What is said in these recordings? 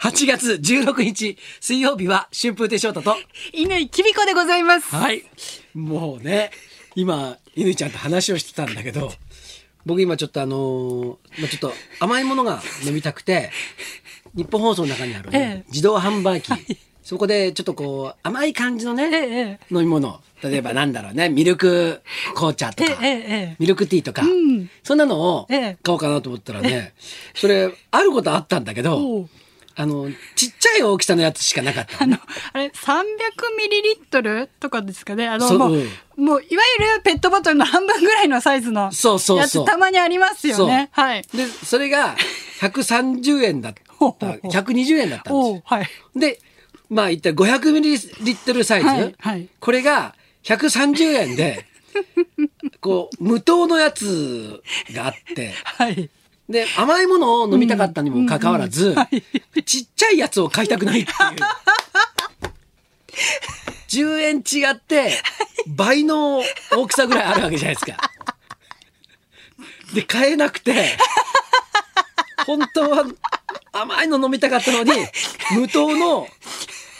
8月16日、水曜日は春風亭昇太と、犬井きびこでございます。はい。もうね、今、犬ちゃんと話をしてたんだけど、僕今ちょっとあのーまあ、ちょっと甘いものが飲みたくて、日本放送の中にあるね、ええ自動販売機、そこでちょっとこう、甘い感じのね、えええ飲み物、例えばなんだろうね、ミルク紅茶とか、ええええミルクティーとか、んそんなのを買ええおうかなと思ったらね、それ、あることあったんだけおどう、あの、ちっちゃい大きさのやつしかなかったあ。の、あれ、300ミリリットルとかですかね。あの、そうもう、うんもう、いわゆるペットボトルの半分ぐらいのサイズの。そうそうそうやつたまにありますよね。そうはい。で、それが130円だった。ほうほうほう120円だったんですおよう。はい。で、まあ言ったら500ミリリットルサイズ。はいはいこれが130円で、こう、無糖のやつがあって、はい。で、甘いものを飲みたかったにもかかわらず、うんうんうんはいちっちゃいやつを買いたくないっていう。10円違って、倍の大きさぐらいあるわけじゃないですか。で、買えなくて、本当は甘いの飲みたかったのに、無糖の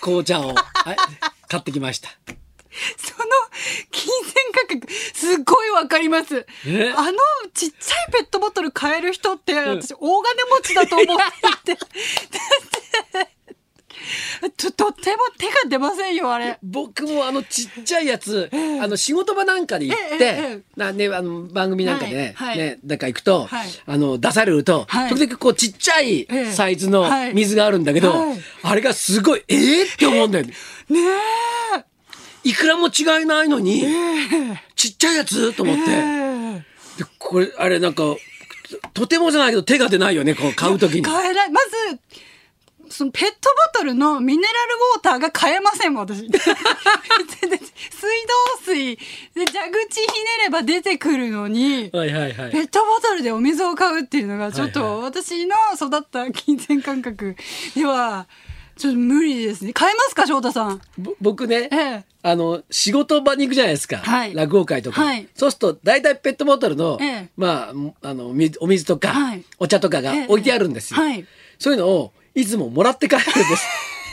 紅茶をはい買ってきました。その、金銭価格、すっごいわかります。えあの、ちっちゃいペットボトル買える人って、私、大金持ちだと思っていて。 だって、と、とても手が出ませんよ、あれ。僕もあのちっちゃいや つ、あの仕事場なんかで行って、ええええなね、あの番組なんかでね、はいはいね、なんか行くと、はいあの出されると、はい時々こうちっちゃいえサイズのはい水があるんだけど、はいあれがすごい、ええって思うんだよね。ねえ。いくらも違いないのに、ちっちゃいやつと思って、ええでこれ、あれなんか、とてもじゃないけど手が出ないよね、こう買うときに。買えない。まず、そのペットボトルのミネラルウォーターが買えませんもん、私。 水道水で蛇口ひねれば出てくるのに、はいはいはペい。ットボトルでお水を買うっていうのが、ちょはいっはと私の育った金銭感覚では、ちょっと無理ですね。買えますか、翔太さん。ぼ僕ね、ええあの仕事場に行くじゃないですか、はい落語会とか、はいそうすると大体ペットボトルの,、ええまあ、あのみお水とか、はいお茶とかがええ置いてあるんですよ、はいそういうのをいつももらって帰るんです じゃあ、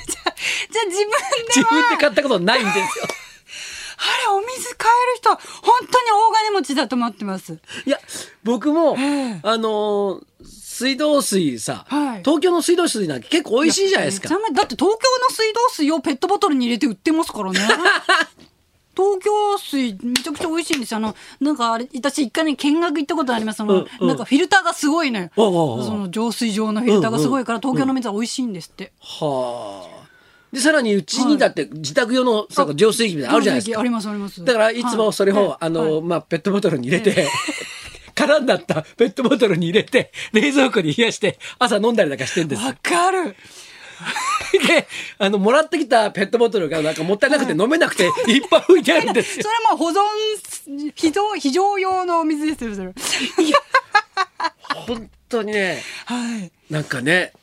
じゃあ自分で自は。分で買ったことないんです よあれ、お水買える人、本当に大金持ちだと思ってます。いや僕も、ええあのー水道水さ、はい東京の水道水なんて結構美味しいじゃないですめかちゃめだって東京の水道水をペットボトルに入れて売ってますからね。 東京水めちゃくちゃ美味しいんですよ。あの、なんかあれ、私一回ね、見学行ったことあります。その、うんうんなんかフィルターがすごいのよ。おうおうおうその浄水場のフィルターがすごいから、東京の水は美味しいんですって。はあでさらにうちにだって自宅用のさあ浄水器みたいなのあるじゃないですかありますあります。だからいつもそれを、はいあの、はいまあ、ペットボトルに入れ て、空になったペットボトルに入れて、冷蔵庫に冷やして、朝飲んだりなんかしてんです。わかる。で、あの、もらってきたペットボトルがなんかもったいなくて飲めなくて、いっぱい置いてあるんですそ よ。れも保存、非常、非常用のお水ですよ、それ。本当にね、はい。なんかね、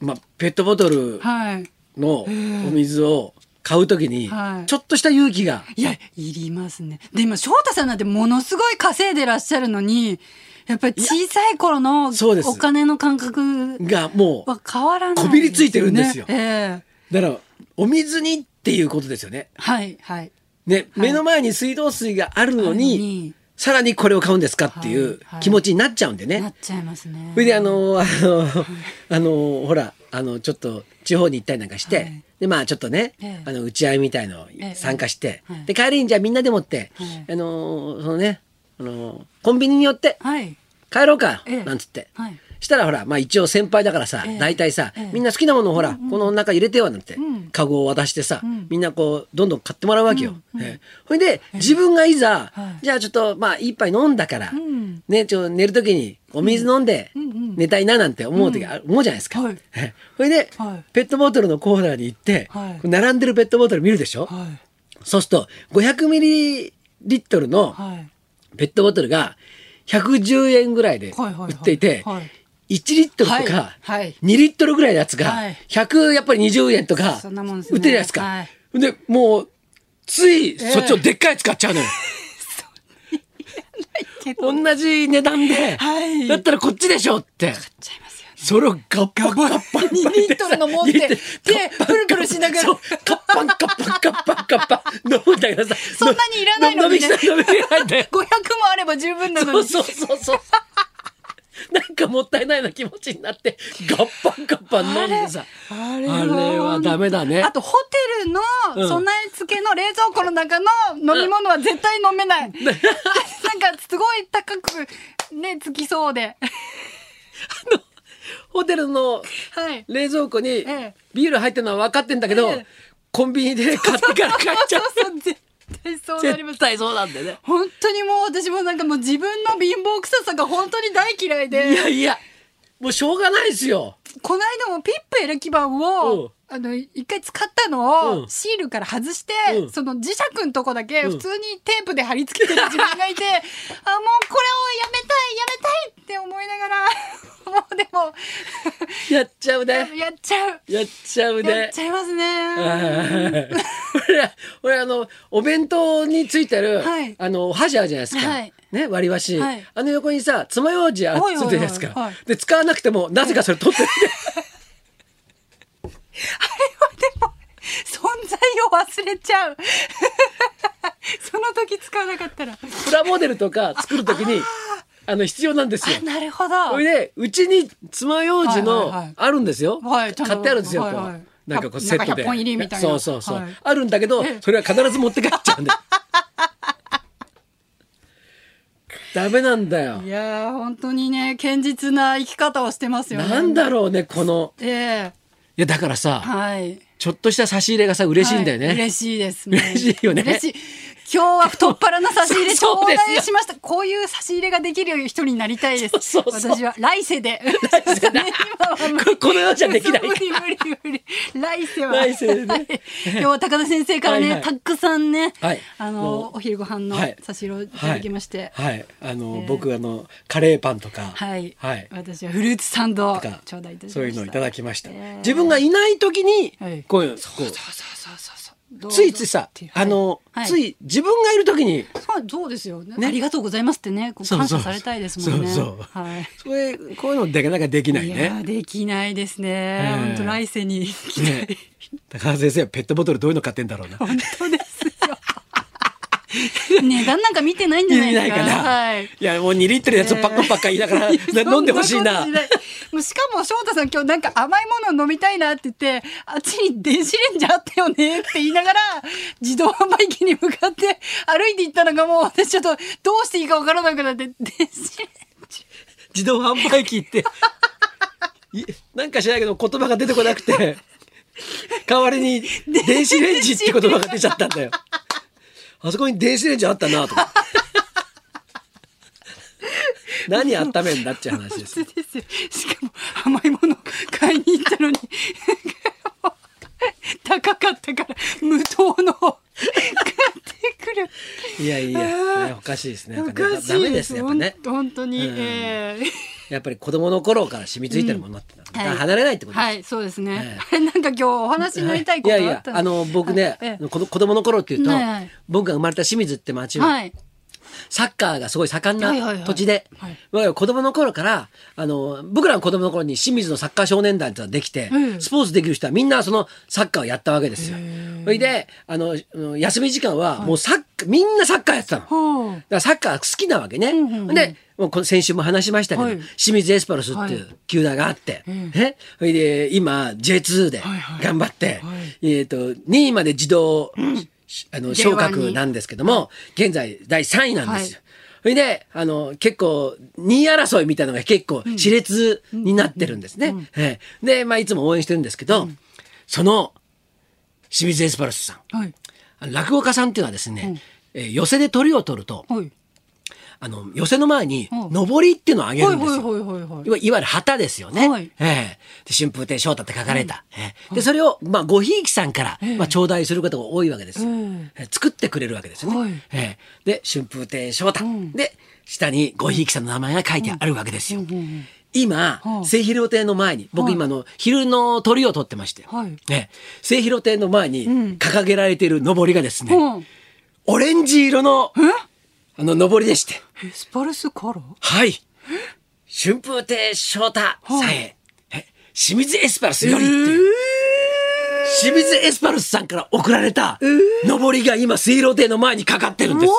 まあ、ペットボトルはい。のお水を買うときには、いちょっとした勇気が、いや、いりますね。で、今、翔太さんなんてものすごい稼いでらっしゃるのに、やっぱり小さい頃のそうですお金の感覚がもう、は変わらない、こびりついてるんですよええだから、お水にっていうことですよね。はい、はい。ね、目の前に水道水があるのあるのにに、さらにこれを買うんですかっていうはいはい気持ちになっちゃうんでなねっ。ちゃいますね。それであの、あの、 あの、ほら、あの、ちょっと地方に行ったりなんかしはてい、で、まあちょっとねええ、あの、打ち合いみたいのええ参加しては、いで、帰りにじゃあみんなでもっては、いあの、そのね、あの、コンビニに寄ってはい、帰ろうかええ、なんつって。はい。したらほら、まあ一応先輩だからさええ、大体さええ、みんな好きなものをほら、この中入れてよなんてん、カゴを渡してさん、みんなこう、どんどん買ってもらうわけよ。ええほいで、自分がいざは、いじゃあちょっと、まあ一杯飲んだからん、ね、ちょ、寝るときにお水飲んでんうん、寝たいななんて思う時ある、思うじゃないですかはい。ええほいでは、いペットボトルのコーナーに行ってはい、並んでるペットボトル見るでしょはい。そうすると、500ミリリットルのはい。ペットボトルが110円ぐらいではいはいはい売っていて、はい1リットルとはかいはい2リットルぐらいのやつがはい100やっぱり20円とかそんなも売んっですてねるじゃないですか。はいで、もうついそっちをでっかいやつ買っちゃうの よ。けど、同じ値段で、はいだったらこっちでしょって。ちゃいますよね。それをガッパンガッパン2リットルの持って入れ手プルプルしながそらうカッパンカッパンカッパンカッパン飲むんだけどさそんなにいらないの飲にみねきれない飲みきれないんだよ500もあれば十分なそのうにそうそうそうなんかもったいないような気持ちになってガッパンガッパン飲んでさあれあれはダメだねあとホテルのうん備え付けの冷蔵庫の中の飲み物は絶対飲めない、 なんかすごい高くねつきそうでホテルのはい冷蔵庫にえビール入ってるのは分かってんだけど、ええコンビニで買ってから帰っちそゃううそう絶対そうなりま絶す対そうなんだよね本当にもう私もなんかもう自分の貧乏臭さが本当に大嫌いいでやいやもうしょうがないですよこの間もピップエレキ板うんをあの一回使ったのうんをシールから外して、うんその磁石のとこだけうん普通にテープで貼り付けてる自分がいて、 あもうこれをやめたいやめたいって思いながら もうやっちゃうでねもやっ ちゃうやっちゃうやっねちゃいます ね。 俺俺あのお弁当についてる、はいあのお箸あるじゃないですか、はいね割り箸、はいあの横にさ爪楊枝あはいはいつはいいてるじゃないですか、はいで使わなくてもなぜかそれ取 ってる存在を忘れちゃう その時使わなかったらプラモデルとか作るときにあの必要なんですよあ。なるほどそれでうちに爪楊枝の、はいはいはいあるんですよ、はいちゃんと買ってあるんですよ、はいはいこうなんかこうひゃセットでなんか100本入りみたいなそうそうそう、はいあるんだけどそれは必ず持って帰っちゃうん だよダメなんだよいやー本当にね堅実な生き方をしてますよね。なんだろうねこのええいやだからさはい。ちょっとした差し入れがさ嬉しいんだよね、は嬉しいですね。嬉しいよね嬉しい。今日は太っ腹な差し入れ頂そうそうですよ戴しました。こういう差し入れができる人になりたいです。そうそうそう私は来世で。来世だ 今は無理ここの世じゃできないから 無理無理無理。来世は。来世でねはい今日は高田先生からね、はいはいたくさんね、はいあものうお昼ご飯のはい差し入れをいただきまして。はい、あの、えー僕あのカレーパンとかはい、はい私はフルーツサンドをとか頂戴いたしましたそういうのをいただきました、えー自分がいない時に、はいこういうそうそうこそうそうそうどううついついさってうあの、はいつい自分がいる時にそうそうですよねねありがとうございますってねこうそう感そう謝されたいですもんねそうそうはいそれこういうのでなかできないいねやーできないですねええ本当来世に行きたいね高橋先生はペットボトルどういうの買ってんだろうな本当ですよ 値段なんか見てないんじゃないですか見てないかなはいいやもう2リットルのやつをパッカパッカ言いながら、な飲んでほしいなそんことしいもうしかも翔太さん今日なんか甘いもの飲みたいなって言ってあっちに電子レンジあったよねって言いながら自動販売機に向かって歩いていったのがもう私ちょっとどうしていいかわからなくなって電子レンジ自動販売機っていなんか知らないけど言葉が出てこなくて代わりに電子レンジって言葉が出ちゃったんだよあそこに電子レンジあったなとか何温めんだっていう話ですそうですよしかも甘いもの買いに行ったのに 高かったから無糖のを買ってくる。いやいや、ねおかしいですねやっおぱかしダメいでですすねやよっぱね本当に、うんえーやっぱり子供の頃から染みついてるものってのはうんはい離れないってことです、はい、そうですねえ。あれなんか今日お話になりたいことやいがあやったあの僕ね、はいええこの子供の頃っていうと、はいはい僕が生まれた清水って町は、はい。サッカーがすごい盛んはいはいはない土地で、はい我々子供の頃から、あの、僕らの子供の頃に清水のサッカー少年団ってのができて、うんスポーツできる人はみんなそのサッカーをやったわけですよ。それで、あの、あの休み時間はもうサッカー、みんなサッカーやってたの。だかほう。らサッカーが好きなわけね。んうんうんで、もうこの先週も話しましたけど、はい清水エスパルスっていはう球団があって、ねそれで今 J2 ではいはい頑張って、はいえっ、と、2位まで自動、あの J1 昇格なんですけども、現在第3位なんですよ。それで、あの、結構、2位争いみたいなのが結構、熾烈になってるんですね。ええで、まあ、いつも応援してるんですけど、その、清水エスパルスさんはい。あの、落語家さんっていうのはですね、えー寄席で鳥を取ると、はい。あの、寄席の前に、うん上りっていうのをあげはるいんですはいよ。はいはいはいい。わいわゆる旗ですよね。はいええで春風亭昇太って書かれた。ええで、それを、まあ、ごひいきさんから、まあ、頂戴することが多いわけです。うんえ作ってくれるわけですよね。はいええで、春風亭昇太。で、下にごひいきさんの名前が書いてあるわけですよ。今、はあ清広亭の前に、僕はい今あの、昼の鳥を取ってまして、はいね、清広亭の前にん掲げられている上りがですね、うん。オレンジ色の、あの、上りでして。エスパルスカラーはい。春風亭昇太さえ、清水エスパルスよりっていうう清水エスパルスさんから送られた上りが今水路亭の前にかかってるんですよおー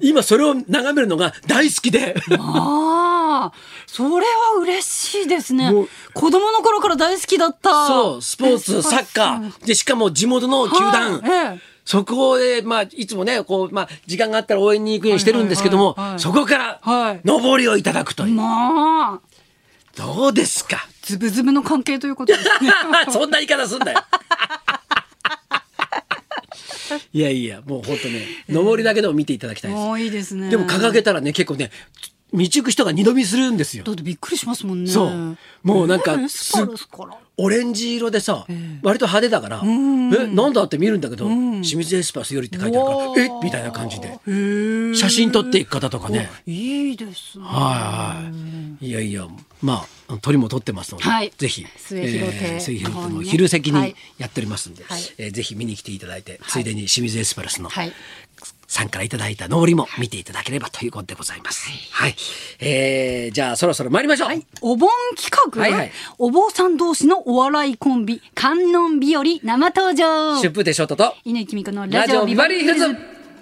今それを眺めるのが大好きでああ、それは嬉しいですねもう。子供の頃から大好きだった。そうスポーツサッカーでしかも地元の球団、はいええそこで、まあ、いつもねこう、まあ、時間があったら応援に行くようにしてるんですけども、はいはいはいはいそこからはい上りをいただくという、まあ、どうですかズブズブの関係ということ ですね。そんな言い方すんだよ いやいやもう本当ね上りだけでも見ていただきたいです、もういいですね。でも掲げたらね結構ね道行く人が二度見するんですよだ。ってびっくりしますもんね。そうもうなんかねえスすパルスから。オレンジ色でさ、割と派手だから、えなんだって見るんだけど、清水エスパルスよりって書いてあるから、えみたいな感じでへえ写真撮っていく方とかね、いいですね。はいはい、いやいやまあ鳥も撮ってますので、はいぜひ末広亭えー末広亭ののね昼席はにいやっておりますんで、はいえーぜひ見に来ていただいて、ついでに清水エスパルスの、はいさんからいただいたのりも見ていただければということでございます。はい、えーじゃあそろそろ参りましょう。お盆企画、はいはいお坊さん同士のお笑いコンビ観音日和生登場春風亭昇太と犬木美子のララジジオオビビババリリーーヒヒルルズズ。